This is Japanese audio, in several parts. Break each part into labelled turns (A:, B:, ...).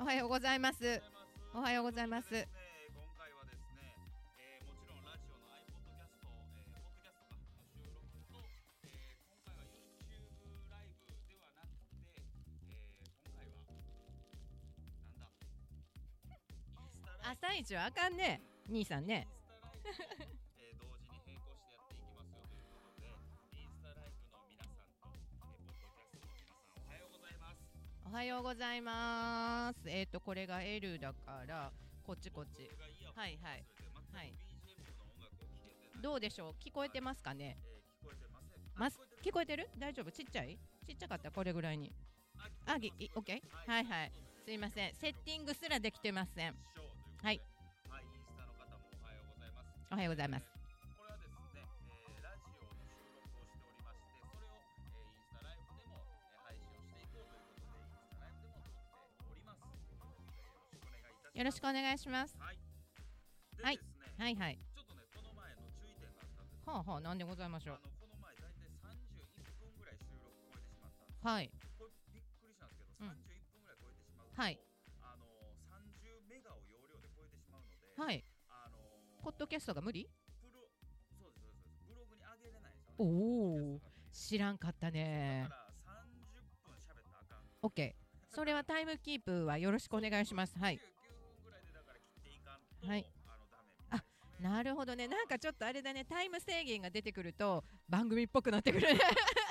A: おはようございます。おはようございます
B: えー今回はですね、えーもちろんラジオの iPodcast、えー、ポッドキャストかの収録と、えー今回は YouTube ライブではなくて、えー今回はなんだインスタライブ
A: 朝一はあかんね、兄さんね
B: イン。スタライブと、えー同時に並行してやっていきますよということで、インスタライブの皆さんと、えーポッドキャストの皆さんおはようございます。
A: おはようございます。えっ、とこれが L だからこっちこっち
B: 僕。がイヤホンを
A: はいは
B: 忘
A: い
B: れて全く
A: はい
B: BGM の音楽を聴けてない。
A: どうでしょう聞こえてますかね。
B: えー聞こえてません。あ
A: ます
B: 聞こえてる
A: 聞こえてる？大丈夫？ちっちゃい？ちっちゃかったこれぐらいに。あぎいオッケー。はいはい。すいません。セッティングすらできてません。は
B: はいい。はい、インスタの方もおはようございます。
A: おはようございます
B: えー。これはですね、えーラジオの収録をしておりまして、それを、えーインスタライブでも、えー配信をしていこうということで、インスタライブでも撮っております。ということでよろしくお願いいたします。
A: よろしくお願いします。
B: はい。でですね、
A: はいはい
B: ちょっと
A: はい。
B: ね、この前の注意点があったんです。
A: はあはあなんでございましょ
B: あの
A: う。
B: この前大体31分ぐらい収録超えてしまったんです。
A: はい。
B: これびっくりしたんですけど、
A: ん
B: 31分ぐらい超えてしまうと、
A: はい
B: あのー30メガを容量で超えてしまうので、
A: はい。
B: あのー
A: ポッドキャストが無理？
B: プロそうですそうですそうですブログに上げれないんですよね。
A: お
B: ポ
A: お
B: ッドキャストがね
A: 知らんかったね
B: だか。ら30分喋ったらあかん。
A: オッケー。それはタイムキープはよろしくお願いします。はい。
B: 29分ぐらいでだから切っていかんと、
A: はい
B: あのダメみたいですね。
A: なるほどね。なんかちょっとあれだね。タイム制限が出てくると番組っぽくなってくるね。
B: それ以上超えてしまうとすごいこう圧縮せん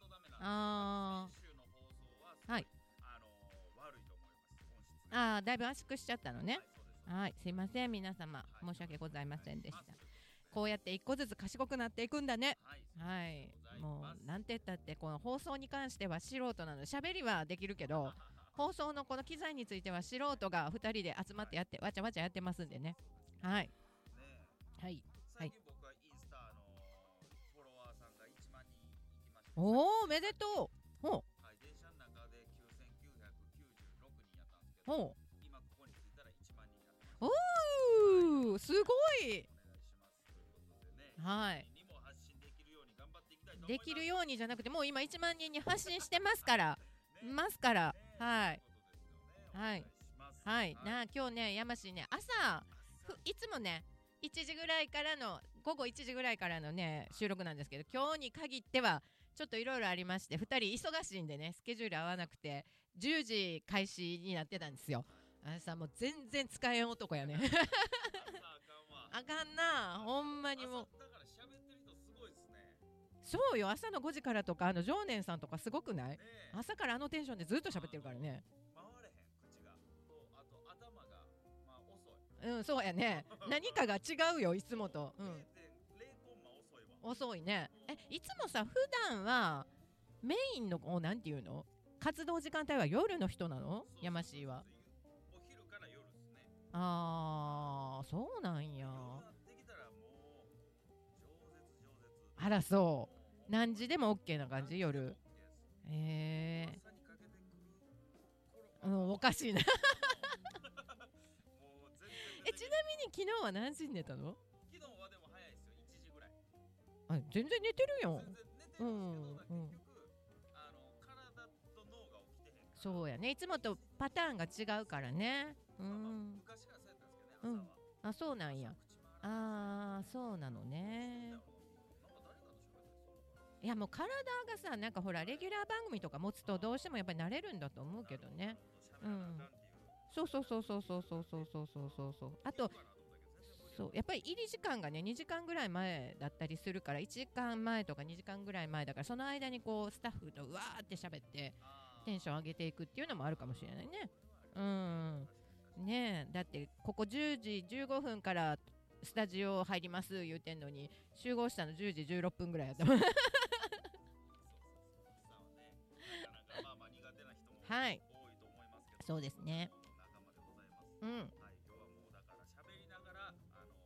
B: とダメなんで。
A: あ
B: 先週の放送はすごい、
A: はい
B: あのー悪いと思います。音質
A: あ。
B: が。
A: ああ、だいぶ圧縮しちゃったのね
B: はい。。そうですそうです
A: はい。すいません、皆様。申し訳ございませんでした。こうやって一個ずつ賢くなっていくんだね。
B: はい、
A: はい。もう、なんんて言ったって、この放送に関しては素人なので、喋りはできるけど、放送のこの機材については素人が2人で集まってやって、わちゃわちゃやってますんでね。はい。
B: ね
A: はい。
B: え、最近僕はインスタあのフォロワーさんが1万人いきました。
A: おー、おめでとうほ
B: う。はい、電車の中で9996人やったんですけ
A: う
B: ど、
A: ほう
B: 今ここに着いたら1万人になってます。
A: おーすごい
B: お願いしますということでね。
A: はい。
B: にも発信できるように頑張っていきたいと思い
A: で
B: ます。
A: きるようにじゃなくて、もう今1万人に発信してますから。
B: ね
A: ますから
B: ね。
A: はい。。
B: ということですよね
A: はい
B: お願いします
A: はい。な
B: は
A: あ
B: い。
A: 今日ね、山氏ね、朝、ふいつもね、1時ぐらいからの、午後1時ぐらいからのね、収録なんですけど、今日に限っては、ちょっといろいろありまして、2人忙しいんでね、スケジュール合わなくて、10時開始になってたんですよ。朝もう全然使えん男やね。
B: 朝あかんわ
A: あかんな、ほんまにもう。
B: 朝だから喋ってる人すごいですね。
A: そうよ、朝の5時からとか、あの、常念さんとかすごくない
B: ねえ
A: 朝からあのテンションでずっと喋ってるからね。
B: 回れへん口がとあと頭がまあ遅い
A: うん、そうやね。何かが違うよ、いつもと。う
B: 0.0
A: ん。
B: コンマ遅いわ
A: 遅いねえいつもさ普段はメインのこうなんていうの活動時間帯は夜の人なの
B: そうそう
A: 山氏は
B: お昼から夜ですね
A: あーそうなん
B: 夜
A: や
B: なってきたらもう饒舌饒舌
A: あらそう
B: もう
A: 何時でも OK な感
B: 何時
A: じ
B: でも
A: 夜
B: OK です
A: へえ
B: 朝にかけてくる頃か
A: う
B: なん
A: おかしいな
B: もう全然
A: えちなみに昨日は何時に寝たの
B: みに昨日はでも早いですよ1時ぐらい
A: あ全然寝てるよ
B: 全然寝てるんですけど、
A: うん
B: 結局あの体と脳が起きてへんから
A: そうやねいつもとパターンが違うからねう
B: まあまあ
A: ん
B: 昔からそうやったんですけどね、
A: うん
B: 朝は
A: あそうなんや
B: 口回らない
A: あーそうなのね
B: なんか誰かと喋ってた
A: いやもう体がさなんかほらレギュラー番組とか持つとどうしてもやっぱり慣れるんだと思うけどね
B: うんだけど。
A: そうそうそうそうそうそうそうそうそうそうそうあとそうやっぱり入り時間がね2時間ぐらい前だったりするから1時間前とか2時間ぐらい前だからその間にこうスタッフとうわーって喋ってテンション上げていくっていうのもあるかもしれないねうんねえだってここ10時15分からスタジオ入ります言うてんのに集合したの10時16分ぐらいやったもん はいそうですね。
B: 仲間でございます。
A: うん
B: はい、今日はもうだから喋りながら、あの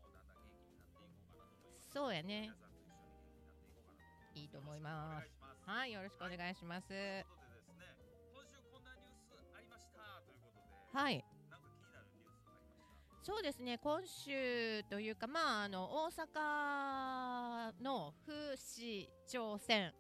B: だんだん元気になっていこうかなと思います。
A: そうやね
B: 皆さんと一緒に元気になっていこうかなと思います。
A: いいと思います
B: よろしくお願いします。
A: はいよろしくお願いしま
B: という
A: す
B: ことでですね、今週こんなニュースありましたということで、
A: はい
B: なんか気になるニュースありました。
A: そうですね今週というか、まあ、あの大阪の府市長選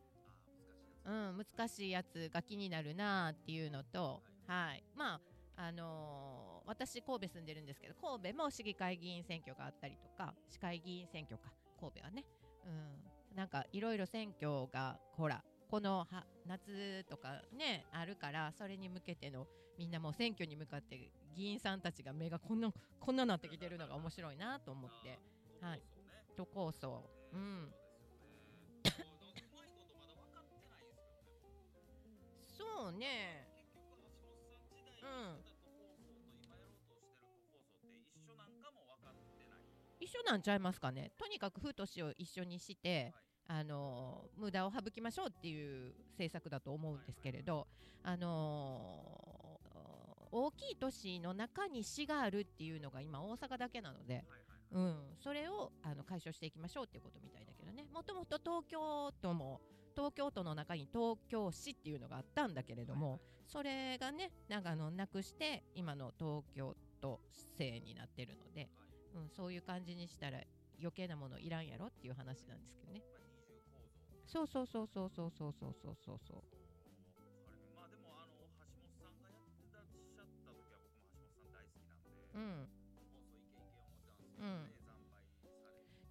B: あー難しいやつ
A: うん、難しいやつが気になるなっていうのと、はい、まああのー私、神戸住んでるんですけど神戸も市議会議員選挙があったりとか市会議員選挙か神戸はね、うん、なんかいろいろ選挙がほらこのは夏とかねあるからそれに向けてのみんなもう選挙に向かって議員さんたちが目がこんなこんななってきてるのが面白いなと思ってはい都構想、うん、そうね一緒なんちゃいますかねとにかく風としを一緒にして、あの無駄を省きましょうっていう政策だと思うんですけれど、あの大きい都市の中に市があるっていうのが今大阪だけなので、うん、それをあの解消していきましょうっていうことみたいだけどねもともと東京都も東京都の中に東京市っていうのがあったんだけれども、それがねなんかあのなくして今の東京都制になってるので、うん、そういう感じにしたら余計なものいらんやろっていう話なんですけどね。そうそうそうそうそうそうそうそうそうそう
C: まあでもあの橋本さんがやってらっしゃった時は僕も橋本さん大好きなんで、
A: う
C: もう
A: ん
C: そういけいけ思ったんですけど
A: うん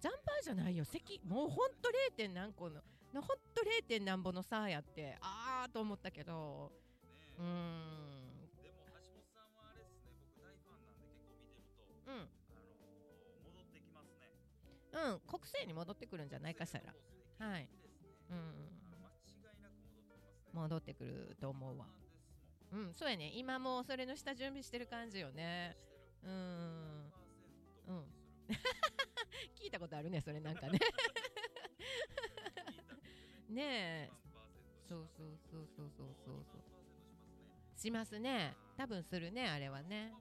C: ね、惨敗されて
A: 惨敗じゃないよ席もうほんと 0. 点何個のほんと 0. 点何ぼの差やってあーと思ったけど
C: ね、
A: うーん
C: でも橋本さんはあれですね僕大ファンなんで結構見てると
A: う
C: あ
A: ん
C: の戻ってきますね
A: うん国政に戻ってくるんじゃないかしらはいうん
C: 間違いなく戻ってきますね
A: 戻ってくると思うわうんそうやね今もうそれの下準備してる感じよねうーんうん 聞いたことあるねそれなんか ねねえそうそうそうそうそうそうそうしますね多分するねあれはね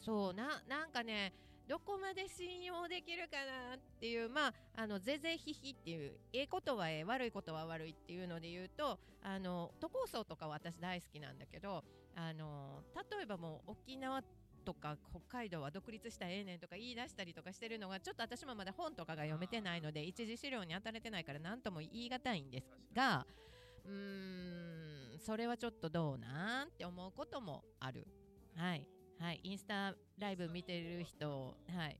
A: そうななんかねどこまで信用できるかなっていうまああのぜぜひひっていうええことはええ悪いことは悪いっていうので言うとあの都構想とかは私大好きなんだけどあの例えばもう沖縄とか北海道は独立したらええねんとか言い出したりとかしてるのがちょっと私もまだ本とかが読めてないので一次資料に当たれてないから何とも言い難いんですがうーんそれはちょっとどうなんって思うこともあるはいはいインスタライブ見てる人はい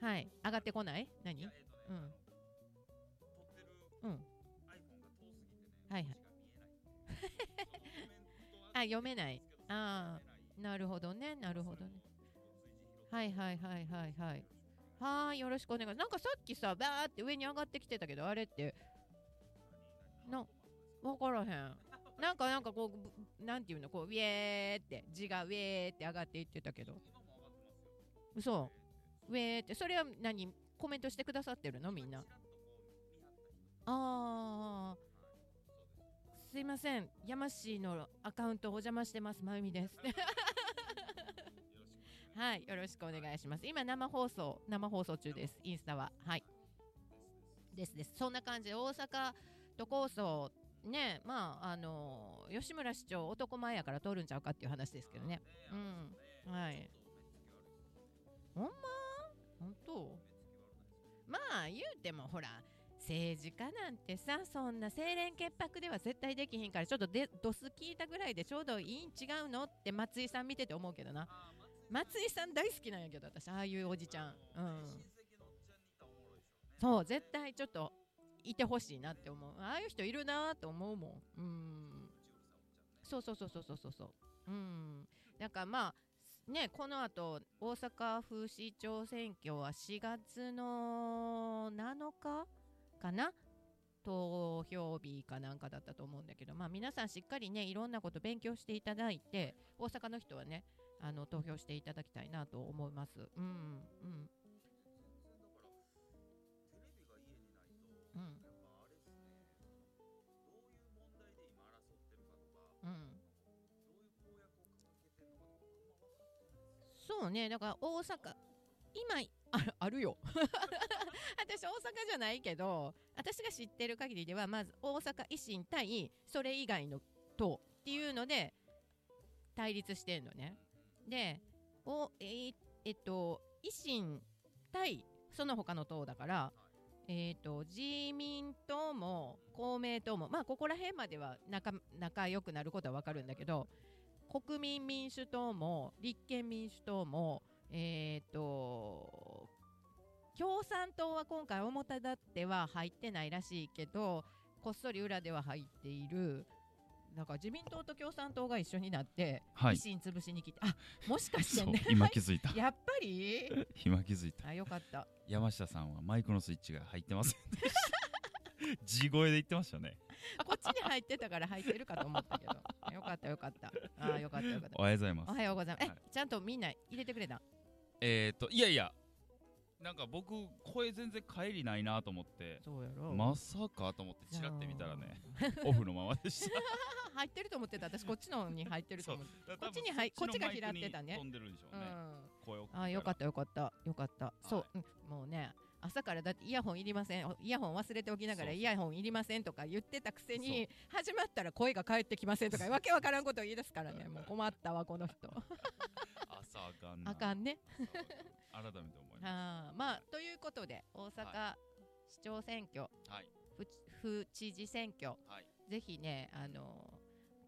A: はい上がってこない何うんうんはいはい あ読めないああなるほどねなるほどねはいはいはいはいはいはーいよろしくお願いなんかさっきさバーって上に上がってきてたけどあれってな分からへんなんかなんかこうぶなんていうのこうウェーって字がウェーって上がっていってたけど嘘ウェーってそれは何コメントしてくださってるのみんなああすいません山氏のアカウントお邪魔してますまゆみですはいよろしくお願いします今生放送生放送中ですインスタははいですですそんな感じで大阪都構想ねまああの吉村市長男前やから通るんちゃうかっていう話ですけどねうんはいほんま本当まあ言うてもほら政治家なんてさそんな清廉潔白では絶対できひんからちょっとでドス聞いたぐらいでちょうどいいん違うのって松井さん見てて思うけどな松井さん大好きなんやけど私ああいうおじちゃん、うん、そう絶対ちょっといてほしいなって思うああいう人いるなと思うもんうんそうそうそうそうそうそうそううんなんかまあねこのあと大阪府市長選挙は4月の7日かな投票日かなんかだったと思うんだけど、まあ、皆さんしっかりねいろんなこと勉強していただいて大阪の人はねあの投票していただきたいなと思います。うんうんうんうんそうねだから大阪今あ あるよ私大阪じゃないけど私が知ってる限りではまず大阪維新対それ以外の党っていうので対立してんのねでおえーえっと維新対その他の党だからえー、と自民党も公明党も、まあ、ここら辺までは仲仲良くなることはわかるんだけど国民民主党も立憲民主党も、えー、と共産党は今回表立っては入ってないらしいけどこっそり裏では入っている。だから自民党と共産党が一緒になって、
B: はい
A: 維新潰しに来てあもしかし
B: そ
A: て
B: う
A: ね
B: 今気づいた
A: やっぱり
B: 今気づいた
A: あよかった
B: 山下さんはマイクのスイッチが入ってませんでした地声で言ってましたね
A: こっちに入ってたから入ってるかと思ったけど。よかったよかった。あーよかったよかった
B: お。はようございます
A: おはようございます。え、
B: はい
A: ちゃんとみんな入れてくれた。
B: えっ、ー、といやいやなんか僕声全然帰りないなと思って
A: そうやろ
B: まさかと思ってチラって見たらね。オフのままで した
A: 入ってると思ってた。私こっちのに入ってると思って
B: だ
A: こ
B: から
A: っちにはい
B: 多分
A: こっちが
B: そのマイクに
A: 拾ってたね
B: 飛んでるんでしょう
A: た。う
B: ね、
A: ん。
B: 声を
A: あーよかったよかったよかった。そう、うんもうね。朝からだってイヤホンいりませんおイヤホン忘れておきながら
B: そうそう
A: イヤホンいりませんとか言ってたくせに始まったら声が返ってきませんとかわけわからんことを言い出すからねもう困ったわこの人
B: 朝あかんな
A: あかんね
B: 朝あかん改めて思いま
A: あーまあということで大阪市長選挙、
B: すはい
A: 府府知事選挙、
B: はい
A: ぜひねあの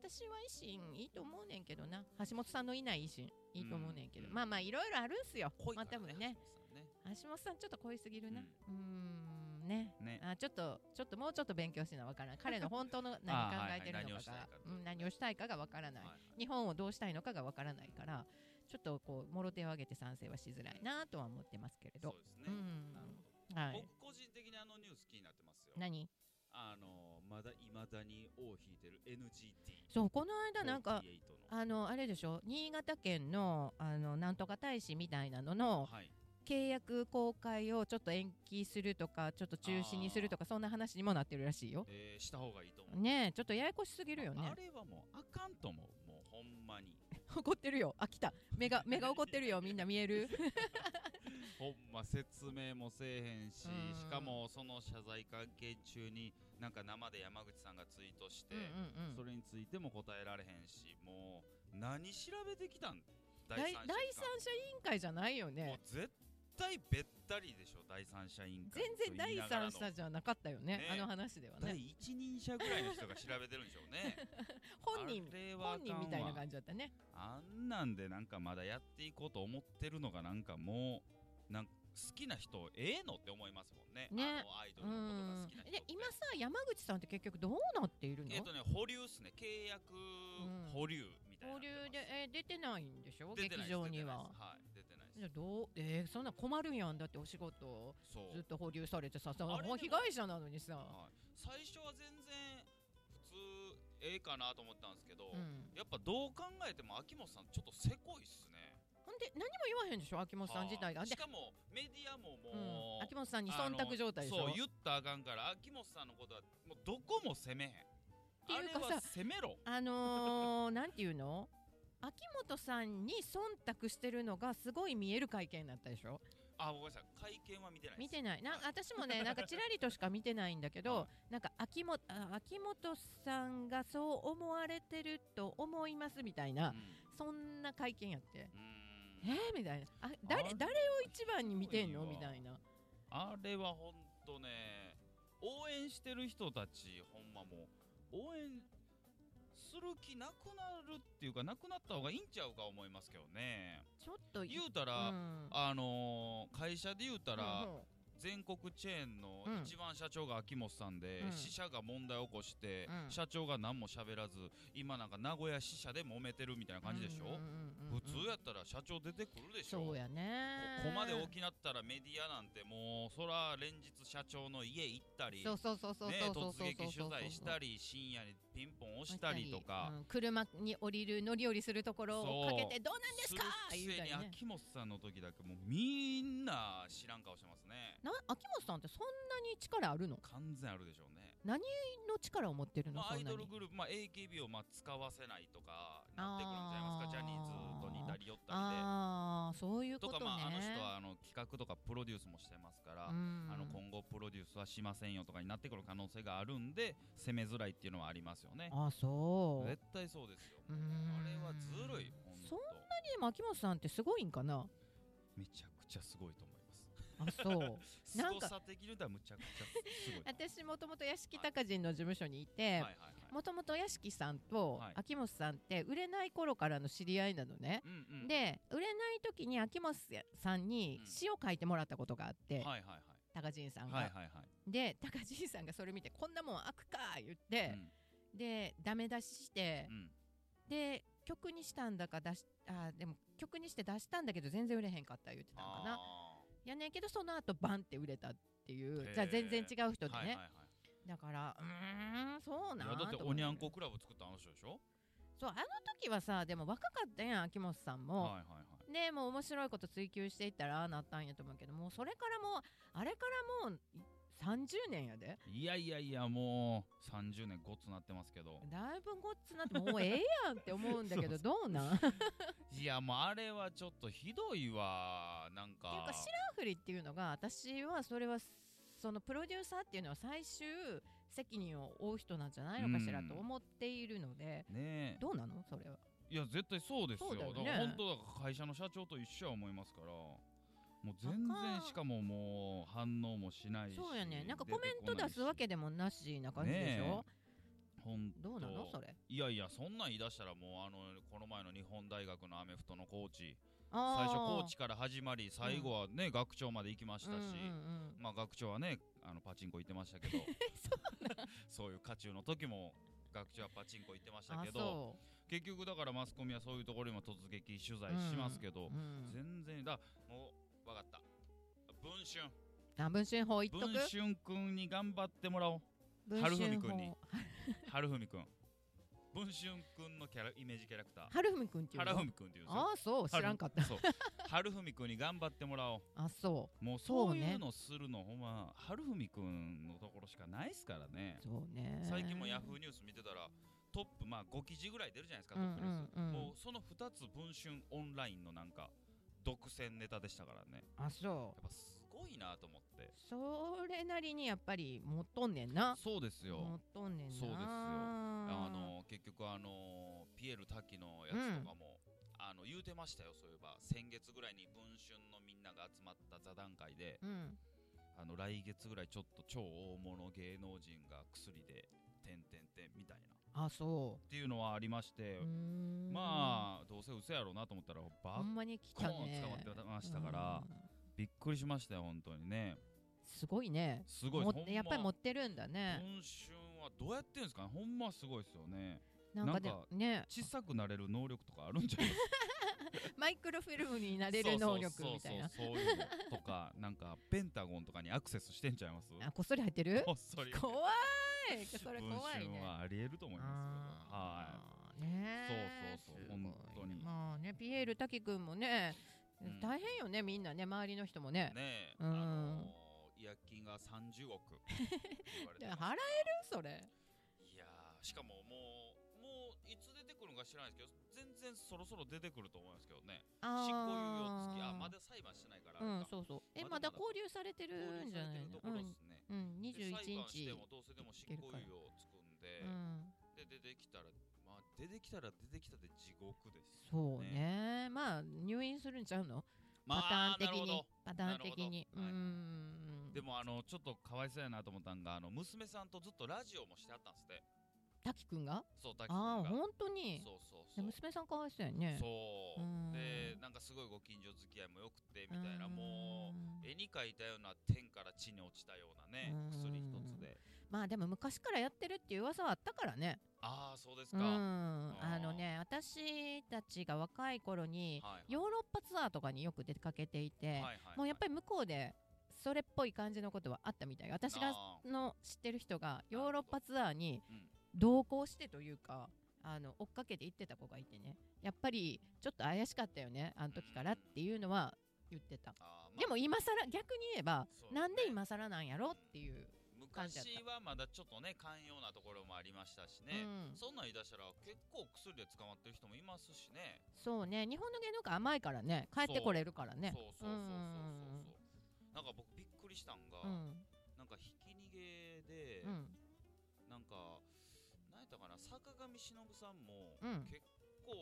A: 私は維新いいと思うねんけどな橋本さんのいない維新いいと思うねんけど、
B: うん
A: まあまあいろいろあるんすよ
B: 濃い
A: ま
B: か
A: あ
B: ら
A: 多分
B: ね
A: ね橋本さんちょっと濃いすぎるなうーんね
B: 橋本さんねね
A: あちょっとちょっともうちょっと勉強しなわからん彼の本当の何考えてるのかが
B: はいはい
A: うん何をしたいかがわからない
B: はいはい
A: 日本をどうしたいのかがわからないからちょっとこうもろ手を挙げて賛成はしづらいなとは思ってますけれ
B: そう
A: ど
B: ですね、
A: うん
B: なる
A: はい
C: 僕個人的にあのニュース気になってますよ。
A: 何
C: あのまだいまだに尾を引いてる NGT。
A: そうこの間なんか
C: 48の
A: あのあれでしょ新潟県のあのなんとか大使みたいなのの
C: はい。
A: 契約公開をちょっと延期するとかちょっと中止にするとかそんな話にもなってるらしいよ
C: えー、した方がいいと思う。
A: ねえちょっとややこしすぎるよね
C: あれはもうあかんと思う。もうほん まに。
A: 怒ってるよあ来た目が目が怒ってるよみんな見える
B: ほんま説明もせえへんし、
A: うん
B: しかもその謝罪会見中になんか生で山口さんがツイートして、
A: うんうんう
B: そ
A: ん
B: れについても答えられへんしもう何調べてきたん
A: 第第三
B: か
A: 者委員会じゃないよ
B: も
A: ね
B: う絶対べったりでしょ第三者委員会
A: 全然第三者
B: と
A: じゃなかったよね
B: ね
A: あの話では
B: 言いながらの
A: ね
B: 第一人者ぐらいの人が調べてるんでしょうね
A: 本人
B: あれはあか
A: 本
B: んわ
A: 人みたいな感じだったね
B: あんなんでなんかまだやっていこうと思ってるのがなんかもうなんか好きな人ええのって思いますもんね
A: ね
B: あのアイド
A: う
B: ルのことが好きな
A: ん
B: 人って
A: で今さ山口さんって結局どうなっているの
B: えっとね保留っすね契約
A: ん
B: 保留みたいな
A: 交流で、えー出てないんでしょ
B: 出て
A: 劇
B: ないです
A: 場には。
B: 出てないですはい出てな
A: じゃ
B: いで
A: あどうえー、そんな困るやんだってお仕事
B: すそう
A: ずっと保留されてささ
B: あれでも
A: 被害者なのにさ、
B: はい最初は全然普通ええかなと思ったんですけど、
A: うん、
B: やっぱどう考えても秋元さんちょっとせこいっすね
A: ほんで何も言わへんでしょ秋元さん自体が
B: はい
A: で
B: し、かもメディアも
A: う
B: も
A: ん、
B: う、
A: 秋元さんに忖度状態でし
B: あの
A: ょ
B: そう言ったらあかんから秋元さんのことはもうどこも責めへん
A: ていうかさ
B: あれは責めろ
A: あのー、なんていうの秋元さんに忖度してるのがすごい見える会見だったでしょ
B: あごめんなさい会見は見てないです
A: 見てないな
B: はい
A: 私も ねなんかちらりとしか見てないんだけど、
B: は
A: なんか秋元あ秋元さんがそう思われてると思いますみたいな、
B: う
A: そんな会見やっ
B: ん
A: て。え
B: うん
A: ー、みたいな。あ、誰、
B: あれ
A: 誰を一番に見てんの
B: すごい
A: み
B: わ
A: たいな。
B: あれはほんとね応援してる人たちほんまもう応援する気なくなるっていうかなくなった方がいいんちゃうか思いますけどね
A: ちょっと
B: 言うたら、
A: うん
B: あのー会社で言うたら、
A: うんうん
B: 全国チェーンの
A: うん
B: 一番社長が秋元さんで、
A: うん
B: 支社が問題を起こして、
A: うん
B: 社長が何も喋らず今なんか名古屋支社で揉めてるみたいな感じでしょ、
A: うんうんうんうん
B: 普通やったら社長出てくるでしょ
A: そうやね。
B: ここまで大きなったらメディアなんてもうそら連日社長の家行ったり
A: そうそうそうそう
B: ね
A: そうそうそうそう。
B: 突撃取材した
A: り。
B: り深夜にピンポン押したりとか
A: う。ん車に降りる乗り降りするところをかけてどうなんですか
B: するく
A: 言う
B: せ
A: た
B: に
A: りね。
B: 秋元さんの時だけもうみんな知らん顔してますね
A: な秋元さんってそんなに力あるの？
B: 完全あるでしょうね、
A: の力を持ってるの
B: まあ、
A: そ
B: ア
A: ん
B: イ
A: な
B: ド
A: に
B: ル。グループ、まあ、AKB をまあ使わせないとかなってくるんちゃいますかジャニーズと似たり寄ったり
A: ああそういう
B: でと
A: こと
B: か
A: ね。
B: まああの人はあの企画とかプロデュースもしてますから、
A: うん
B: あの今後プロデュースはしませんよとかになってくる可能性があるんで攻めづらいっていうのはありますよね
A: あそう。
B: 絶対そうですよ
A: う
B: あ
A: ん
B: れはずるいほんと
A: そんでも秋元さんってすごいんかな。
B: めちゃくちゃすごいと思います
A: あ そうなん
B: 凄
A: か
B: さ的に言うたらむちゃくちゃすごい。
A: 私もともと屋敷隆人の事務所にいて
B: はいはいはい。
A: もともと屋敷さんと
B: はい
A: 秋元さんって売れない頃からの知り合いなのね、
B: うんうん、
A: で売れない時に秋元さんに
B: うん
A: 詩を書いてもらったことがあって、
B: はいはいは
A: 高人さん
B: い。
A: が、
B: はいはいはい。
A: で高人さんがそれ見てこんなもん悪か言って、でダメ出しして
B: う、ん。
A: で曲にしたんだか出しあーでも曲にして出したんだけど全然売れへんかった言ってたんかな
B: あ
A: やねんけどその後バンって売れたっていう
B: へー
A: じゃあ全然違う
B: ー
A: 人でね、
B: はいはいはい。
A: だからうーんそう
B: い
A: なん
B: やだって
A: と思
B: おにゃん
A: て
B: こクラブ作ったあの人でしょ。
A: そうあの時はさでも若かったやん秋元さんも、
B: はいはいはい。
A: ねもう面白いこと追求していったらああなったんやと思うけどもうそれからもうあれからもう30年やで
B: いやいやいやもう30年ごっつなってますけど
A: だいぶごっつなってもうええやんって思うんだけ
B: そ
A: ど
B: う
A: どうなんっていう
B: いやもうあれはちょっとひどいわなんか
A: か知らんふりっていうのが私はそれはそのプロデューサーっていうのは最終責任を負う人なんじゃないのかしら
B: うん
A: と思っているので、
B: ね
A: どうなのそれはい
B: や絶対そうですよ
A: そうだ
B: だ
A: よね
B: から本当だから会社の社長と一緒や思いますからもう全
A: あか
B: 然
A: ん
B: しかももう反応もしないし
A: そうやねなんかコメント出すわけ
B: で
A: でもなしな感じでしょ、
B: 本
A: どうなのそれ
B: いやいやそんなん言い出したらもうあのこの前の日本大学のアメフトのコーチ
A: あ
B: 最初
A: ー
B: コーチから始まり最後はね、学長まで行きましたし、
A: うんうんうん
B: まあ学長はねあのパチンコ行ってました けどそういう渦中の時も学長はパチンコ行ってました
A: あ
B: けど
A: そ
B: 結局だからマスコミはそういうところにも突撃取材
A: う
B: しますけど
A: う、ん、
B: 全然だもう分かった文春
A: あ文春法言っとく
B: 文春くんに頑張ってもらおう
A: 文
B: 春
A: 春
B: 文
A: 法
B: 君に春文くん文春くんのキャライメージキャラクター
A: 春文君っていうの
B: 春文くんっていうんですよ
A: ああそう知
B: 春
A: らんかった
B: そう春文くんに頑張ってもらおう
A: あそう
B: もう
A: そ
B: そうう
A: ね
B: いうのするのほんま春文くんのところしかないっすからね
A: そうね
B: 最近もヤフーニュース見てたらトップまあ5記事ぐらい出るじゃないですかト
A: うんう
B: ップニュー
A: ん
B: ス、
A: うん
B: もうその2つ文春オンラインのなんか独占ネタでしたからね
A: あそ
B: やっぱすごいなと思って
A: うそれなりにやっぱり持っとんねんな
B: そうですよ
A: 持っとんねんな
B: そうですよ
A: あ
B: あの結局あのピエール滝のやつとかも、あの言うてましたよそういえば先月ぐらいに文春のみんなが集まった座談会で
A: うん
B: あの来月ぐらいちょっと超大物芸能人が薬で「てんてんてん」みたいなっ
A: あそ
B: ていうのはありまして、
A: ううーん
B: まあどうせ嘘やろうなと思ったら
A: ほ
B: バッ
A: んまに来
B: コ
A: た
B: ーン
A: ね
B: 捕まってましたから
A: うん
B: びっくりしましたよ本当にね
A: すごいね
B: すごい
A: 持
B: で
A: っ
B: すほんま
A: やっぱり持ってるんだね
B: 文春はどうやってんですかねほんますごいですよね
A: なんかで
B: なんか
A: ね
B: 小さくなれる能力とかあるんじゃないですか
A: マイクロフィルムに なれる能力みたいな
B: そうそうそうそうそういうのとかなんかペンタゴンとかにアクセスしてんちゃいます
A: あこっそり入ってる
B: こっそり
A: 怖いそれ
B: 文
A: 怖い
B: 春
A: ね
B: はありえると思いますけどはい
A: い。ねえ
B: そうそうそう
A: すごいね
B: 本当に
A: まあね、ピエール滝くんもね、
B: うん
A: 大変よね、みんなね、周りの人もね。
B: ねえ、
A: うん
B: あのー、違約金が30億言われ
A: で
B: て
A: 払
B: ま
A: え
B: す
A: るそれ。
B: いやーしかももうもういつ出てくるのか知らないですけど全然そろそろ出てくると思いますけどね
A: あー
B: 執行猶予付きあまだ裁判してないから
A: うん、
B: う
A: そうそう。え、ま
B: まだまだ
A: だ交留されてるんじゃないの
B: ところですね、
A: うん、うん、
B: で
A: 21
B: 裁判し
A: 日
B: て。もどうせでも執行猶予をつくんで
A: う、ん、
B: で出てきたらまあ出てきたら出てきたで地獄です
A: そうねまあ、入院するんちゃうのパ
B: ま
A: ター
B: あ
A: ン的
B: なるほ
A: に
B: ど。
A: パターン的に。う
B: なるほどはい
A: ん。
B: でもあのちょっとかわいそうやなと思ったんがあの娘さんとずっとラジオもしてあったんですって
A: 滝くんが
B: そう滝君が
A: ああ、本当に。
B: そうそう
A: で
B: そう
A: 娘さんかわいそうやね。
B: そう、
A: うん
B: でなんかすごいご近所付き合いもよくてみたいな、
A: うん
B: もう絵に描いたような天から地に落ちたようなね、
A: うん
B: 薬一つで
A: まあでも昔からやってるっていう噂はあったからね。
B: ああそうです
A: う
B: か、
A: ん、
B: は
A: あのね私たちが若い頃に
B: い
A: ヨーロッパツアーとかによく出かけていて、
B: はいはいはい
A: もうやっぱり向こうでそれっぽい感じのことはあったみたい私が
B: あー
A: の知ってる人が
B: なるほど
A: ヨーロッパツアーに
B: うん
A: 同行してというか。あの追っかけて行ってた子がいてねやっぱりちょっと怪しかったよねあの時からっていうのは言ってた、
B: あーまあ
A: でも今更逆に言えば、
B: そうね
A: なんで今更なんやろっていう、感じやっ
B: 昔
A: た
B: はまだちょっとね寛容なところもありましたし
A: う
B: ね、
A: ん、
B: そんなん言い出したら結構薬で捕まってる人もいますしね
A: そうね日本の芸能界甘いからね帰ってこれるからね
B: そうそうそうそうそうそう
A: うん
B: なんか僕びっくりしたんが、
A: うん
B: なんかひき逃げで、
A: うん
B: なんか、なんやったかな、坂上忍さんも
A: うん
B: 結構、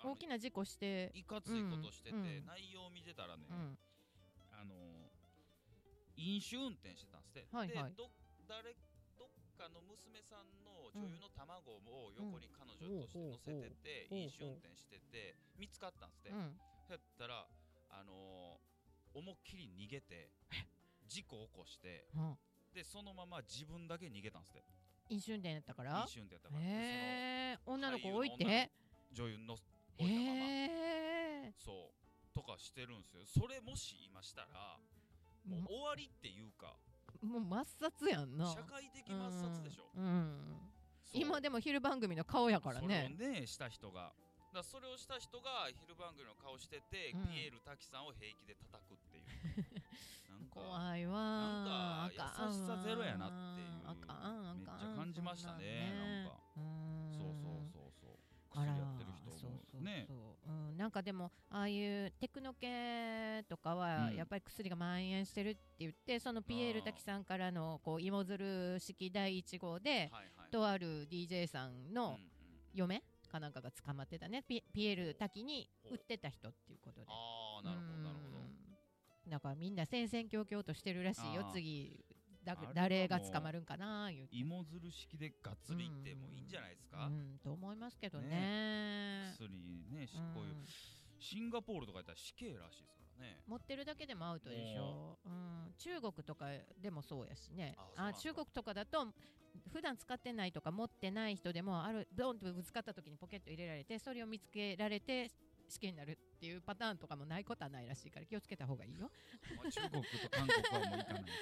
B: あの
A: 大きな事故して、
B: いかついことしてて、
A: うんうん
B: 内容見てたらね、
A: うん
B: あの飲酒運転してたんですって、
A: はいはい
B: でど誰どっかの娘さんの女優の卵を横に彼女として乗せてて、
A: うんうん
B: 飲酒運転してて見つかったんですって、
A: うんうん
B: そうやったらあのー思いっきり逃げて事故起こして
A: うん
B: でそのまま自分だけ逃げたんですって
A: 飲酒運転やったから
B: 飲酒運転やったから、
A: へえ女の
B: 俳
A: 子
B: 優の
A: 置いて
B: 女の
A: へ
B: その女優の置いたまま、
A: え
B: そうとかしてるんですよそれもし今したらもう
A: も
B: 終わりっていうか
A: もう抹殺やんな
B: 社会的抹殺でしょ、
A: うんうん
B: そう
A: 今でも昼番組の顔やからね
B: それをねした人がだからそれをした人が昼番組の顔してて、
A: うん
B: ピエール滝さんを平気で叩く っていうなんか
A: 怖いわ
B: なんか
A: あん
B: 優しさ
A: わ
B: ゼロやなっていう
A: あかんあ
B: めっち
A: かん
B: ゃ感じましたねなんか
A: そんなんね
B: そう
A: うん
B: そうそうそう薬やってる人もね
A: そうそうそう、うん、なんかでもああいうテクノ系とか
B: う
A: は
B: ん
A: やっぱり薬が蔓延してるって言って、そのピエール
B: あー
A: 滝さんからのこう芋づる式第1号で、
B: はいはい
A: とある DJ さ
B: う
A: ん
B: んう
A: の
B: ん
A: 嫁かなんかが捕まってたねピピエール滝に売ってた人っていうことで
B: ああなるほどなるほど
A: どだからみんな戦々恐々としてるらしいよ
B: あー
A: 次だ
B: あれは
A: 誰が捕まるんかな言うて
B: 芋づる式でガッツリってもういいんじゃないですか、
A: うんと思いますけどね
B: 薬ね執行猶
A: うん
B: 予シンガポールとかやったら死刑らしいですからね
A: 持ってるだけでもアウトでしょ、うん、中国とかでもそうやしね
B: あそう
A: あ
B: なんだ
A: 中国とかだと普段使ってないとか持ってない人でもあるドンとぶつかった時にポケット入れられてそれを見つけられて死刑になるっていうパターンとかもないことはないらしいから気をつけた方がいいよ、
B: まあ中国と韓国はもう行かないです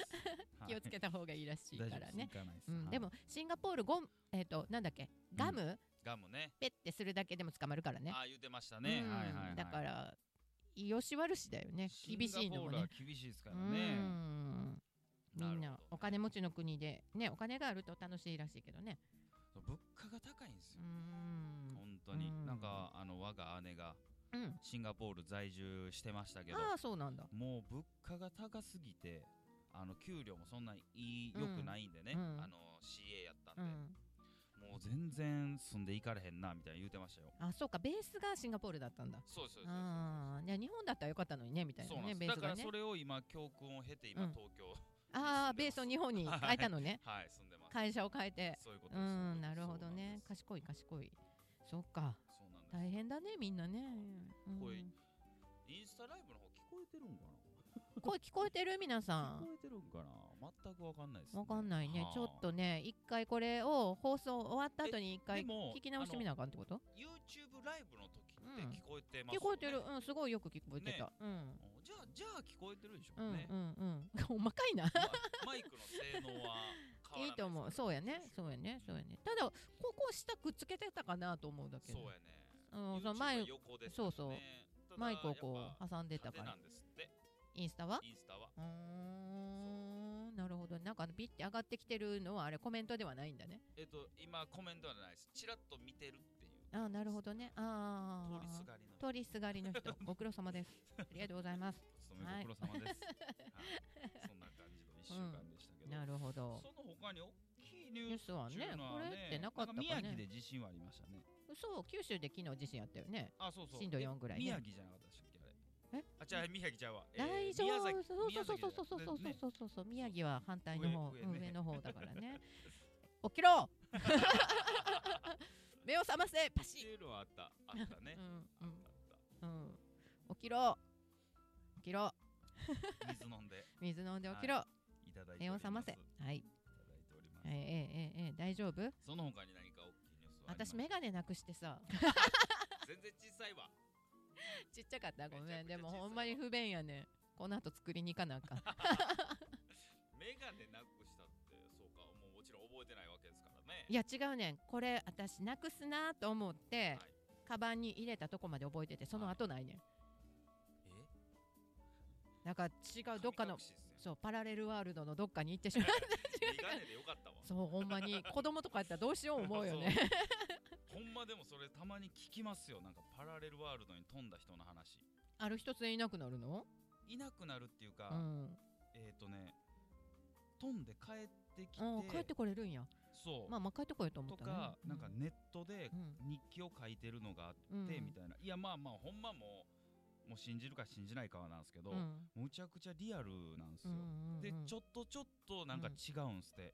A: 気をつけた方がいいらしい
B: はい
A: か
B: 大丈夫
A: ら
B: です
A: ね
B: 行かないです、
A: う
B: は
A: ん、
B: い
A: でもシンガポールゴムえっ、となんだっけガム、
B: ガムね
A: ペッてするだけでも捕まるからね
B: ああ言ってましたね、
A: うん
B: はいはい、はい、
A: だからよし悪しだよね厳しいの
B: シンガポー
A: もね
B: ルは厳しいですからね、
A: うんみん
B: なる
A: な
B: ほど
A: お金持ちの国でねお金があると楽しいらしいけどね
B: そう物価が高いんです
A: う
B: よ、
A: ん
B: 本当に、
A: うん
B: なんかあの我が姉が
A: うん
B: シンガポール在住してましたけど
A: ああそうなんだ
B: もう物価が高すぎてあの給料もそんなにいい
A: うん
B: 良くないんでね、
A: うん
B: あの CA やったん
A: う
B: で、
A: ん
B: もう全然住んでいかれへんなみたいな言うてましたよ
A: あそうかベースがシンガポールだったんだ
B: そうですそうです
A: ああじゃあ日本だったらよかったのにねみたい
B: そう
A: な
B: なんです、
A: ねベー
B: だ
A: ス
B: か
A: が
B: ら
A: ね
B: それを今教訓を経て今、
A: うん
B: 東京
A: ああベースを日本に変えた のね
B: はい住んでます
A: 会社を変えて
B: そういうこと
A: う
B: です
A: んなるほどね
B: そう
A: 賢い賢いそっか
B: なんですそうなん
A: 大
B: です
A: 変だねみんなね、うん
B: こういインスタライブの方聞こえてるんかな
A: 声聞こえてる皆さ
B: 聞
A: ん
B: こえてるんかな全くわかんないです、ね、
A: わかんないね
B: はあ
A: ちょっとね一回これを放送終わった後に一
B: え
A: 回
B: でも
A: 聞き直してみなあかんってこと
B: YouTube ライブの時って
A: うん
B: 聞こえてますよ、ね
A: 聞こえてる、うん、すごいよく聞こえてた。
B: ね
A: うん。
B: おじゃあじゃあ聞こえてるでしょ
A: う
B: うんね、
A: うんうん。 おまかいな。
B: まマイクの性能は変わらない
A: いいと思う。そうやね。そうやね。そうやね。ただ、ここ下くっつけてたかなと思うだけど。
B: そうやね
A: うん
B: YouTube
A: その前
B: は横です
A: そうそうマイクをこう挟ん
B: 出
A: でたから
B: なん。ですって
A: インスタは
B: インスタは
A: うーん。なるほど。なんかあのビッて上がってきてるのはあれコメントではないんだね。
B: えっと今コメントはないですチラッと見てるっていう
A: ああ、なるほどね。あ
B: 通
A: あ。
B: りすがりの
A: 通りすが りの人。ご苦労様です。ありがとうございます。
B: お勤めご苦労様です、はいそんな感じの一週間でしたけど、
A: なるほど。
B: その他に大きいニ
A: ニュ
B: ュー
A: ー
B: ス
A: スは
B: ってい
A: ね
B: う、のは
A: これってなかったか
B: ん宮城
A: ね。
B: で地震はありましたね
A: そう、九州で昨日地震あったよね。
B: あそうそう
A: 震度四ぐらいね
B: 宮城じゃなかったでしたっけあれ
A: え
B: あじゃあ宮城ちゃうわ、えー
A: 大丈夫、
B: 宮崎
A: そうそう
B: 宮崎じゃない
A: そうそうそうそう
B: ね
A: そうそうそう、宮城は反対の方、
B: 上
A: うん
B: 上ね
A: 上の方だか らね。起きろ。 目を覚ませ、パ
B: って
A: シッ。
B: いうのはあったあったね
A: う
B: あ
A: ん
B: ったあっ
A: うんうん。起きろ。起きろ。
B: た水飲んで
A: 水飲んで起きろ。
B: いただいており
A: 目を
B: ます
A: 覚ませ。はい。
B: いただいております、
A: ええええええ大丈夫？
B: その他に何か大きいニュースはあります
A: 私メガネなくしてさ、
B: 全然小さいわ
A: ちっちゃかった。ご
B: めち
A: め
B: ゃ
A: ん。
B: くちゃ
A: でも
B: 小さいわ
A: ほんまに不便やね。この後作りに行かなあかん。
B: メガネなくしたってそうかもうもちろん覚えてないわけですからね
A: いや違うねん。これ私なくすなと思って、
B: はい
A: カバンに入れたとこまで覚えてて、その後ないねん。
B: え
A: なんか違うどっか
B: 神
A: の
B: 隠しです
A: そうパラレルワールドのどっかに行ってしま う
B: よメガネでよかったわ
A: そうほんまに子供とかやったらどうしよう思うよね
B: ほんまでもそれたまに聞きますよなんかパラレルワールドに飛んだ人の話
A: ある一つでいなくなるの
B: いなくなるっていうか、
A: うん、
B: えっ、ー、とね飛んで帰ってきて
A: うん、帰ってこれるんや
B: そう、
A: まあまあ帰ってこようと思
B: と
A: ったら
B: か、なんかネットで
A: うん
B: 日記を書いてるのがあって、
A: うん
B: みたいないやまあまあほんまもうもう信じるか信じないかはなんですけど、
A: うん
B: むちゃくちゃリアルなんです
A: う
B: よ、
A: ん
B: でち
A: ょっ
B: ょっとちょっとなんか違うんすって、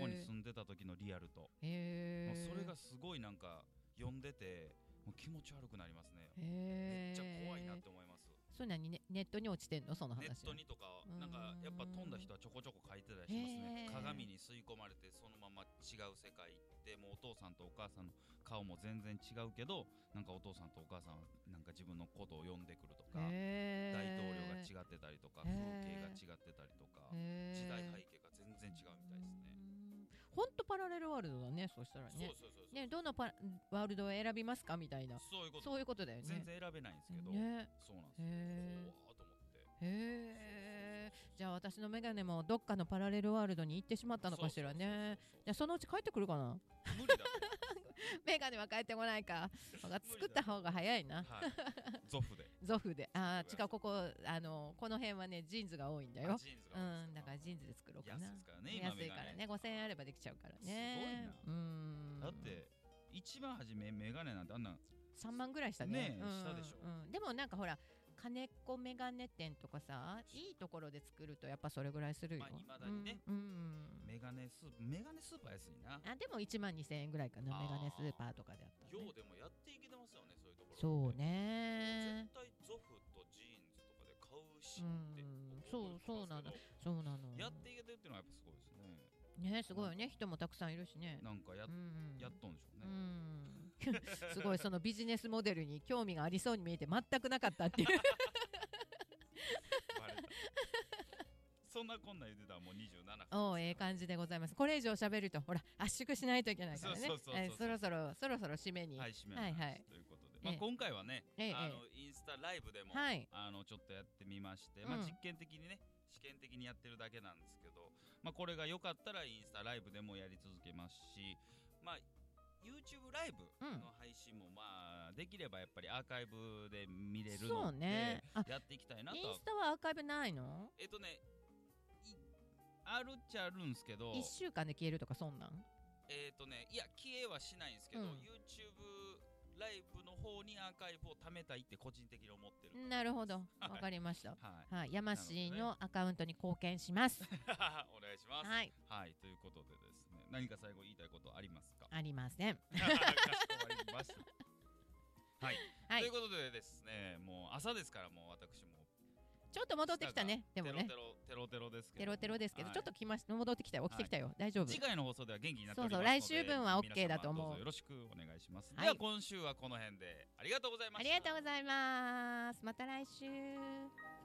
B: ここに住んでた時のリアルと、もうそれがすごいなんか読んでてもう気持ち悪くなりますねめっちゃ怖いなって思います
A: そうなにねネットに落ちてんのその話
B: ネットにとか
A: うん
B: なんかやっぱ飛んだ人はちょこちょこ書いてたりしますね
A: へー
B: 鏡に吸い込まれてそのまま違う世界行ってもうお父さんとお母さんの顔も全然違うけどなんかお父さんとお母さんはなんか自分のことを呼んでくるとか
A: へー
B: 大統領が違ってたりとか
A: へ
B: 風
A: ー
B: 景が違ってたりとか
A: へー
B: 時代背景が全然違うみたいですね
A: うんほんとパラレルワールドだねそしたらね
B: そうそうそうそう
A: ねどのパワールドを選びますかみたいな
B: そういうこと
A: そういうことだよね
B: 全然選べないんですけど
A: ね
B: そうなんですよ
A: へー
B: 怖ーと思って
A: へえじゃあ私のメガネもどっかのパラレルワールドに行ってしまったのかしらね
B: そうそうそうそう
A: じゃあそのうち帰ってくるかな
B: 無理だと
A: メガネは帰ってこないかなんか
B: 無理だ
A: 作った方が早いな
B: 思うはいゾフで
A: ゾフであ
B: そう
A: あ違うここあのこの辺はねジーンズが多いんだ
B: あ
A: よ
B: ジーンズが多いです
A: うんだからジーンズで作ろうかな
B: 安いですからね今
A: 安いからね
B: メガネ
A: 5000円あればできちゃうからね
B: す
A: ごいなうん
B: だって一番初めメガネなんてあんなん
A: 3万ぐらいしたね
B: ねえ
A: うん
B: したでしょ
A: うん、でもなんかほら金子メガネ店とかさいいところで作るとやっぱそれぐらいするよ、
B: まあ未だにね
A: うんうん
B: メガネスーメガネスーパー安いな
A: あでも1万2000円ぐらいかな
B: あー
A: メガネスーパーとかであったらね、
B: 今日でもやっていけてますよねそういうところって
A: そうね
B: 絶対ゾフとジーンズとかで買うし
A: う
B: って
A: ん
B: 僕思
A: そうそ
B: っ
A: う
B: てます
A: な
B: け
A: の
B: ど
A: そうなの
B: やっていけてるっていうのはやっぱすごいですね
A: ねすごいよね人もたくさんいるしね
B: なんかや
A: うんうん
B: やっとんでしょう
A: う
B: ね
A: ん すごいそのビジネスモデルに興味がありそうに見えて全くなかったっていう
B: バレた そんなこんな言ってたらもう27分
A: おうええ感じでございますこれ以上喋るとほら圧縮しないといけないからね
B: そうそうそうそう
A: えーそろそろそろそろ締めに
B: は
A: はいい、
B: 締めの話
A: はい
B: ということで、まあ
A: ええ
B: 今回はね、
A: ええ
B: あのインスタライブでも、あのちょっとやってみまして、まあ
A: うん
B: 実験的にね試験的にやってるだけなんですけど、まあこれが良かったらインスタライブでもやり続けますし、まあ YouTube ライブ
A: うん
B: の配信もまあできればやっぱりアーカイブで見れるの
A: そう
B: で、
A: ねあ
B: やっていきたいなと
A: イン
B: は
A: スタはアーカイブないの
B: えっとねいあるっちゃあるんですけど
A: 1週間で消えるとかそんなん
B: えっ、とねいや消えはしないんですけど、
A: うん
B: YouTube ライブの方にアーカイブを貯めたいって個人的に思ってる、
A: なるほどわかりました
B: はい
A: はい、山氏のアカウントに貢献します。
B: お願いしますはい、
A: はい、
B: ということでですね何か最後言いたいことありますか
A: ありません。
B: かしこまりましたはい、
A: はい
B: ということでですねもう朝ですからもう私も
A: ちょっと戻ってきたね。でもね
B: テ、ロテロテロテロですけど
A: テロテロですけど、
B: はい
A: ちょっと来ました。戻ってきたよ。起きてきたよ。大丈夫。
B: 次回の放送では元気になってお
A: そう
B: りま
A: そ
B: す
A: う
B: ので
A: 来週分は OK だと思う
B: 皆様どぞよろしくお願いします、
A: はい
B: では今週はこの辺でありがとうございま
A: あ
B: し
A: り
B: た
A: がとうございます。また来週。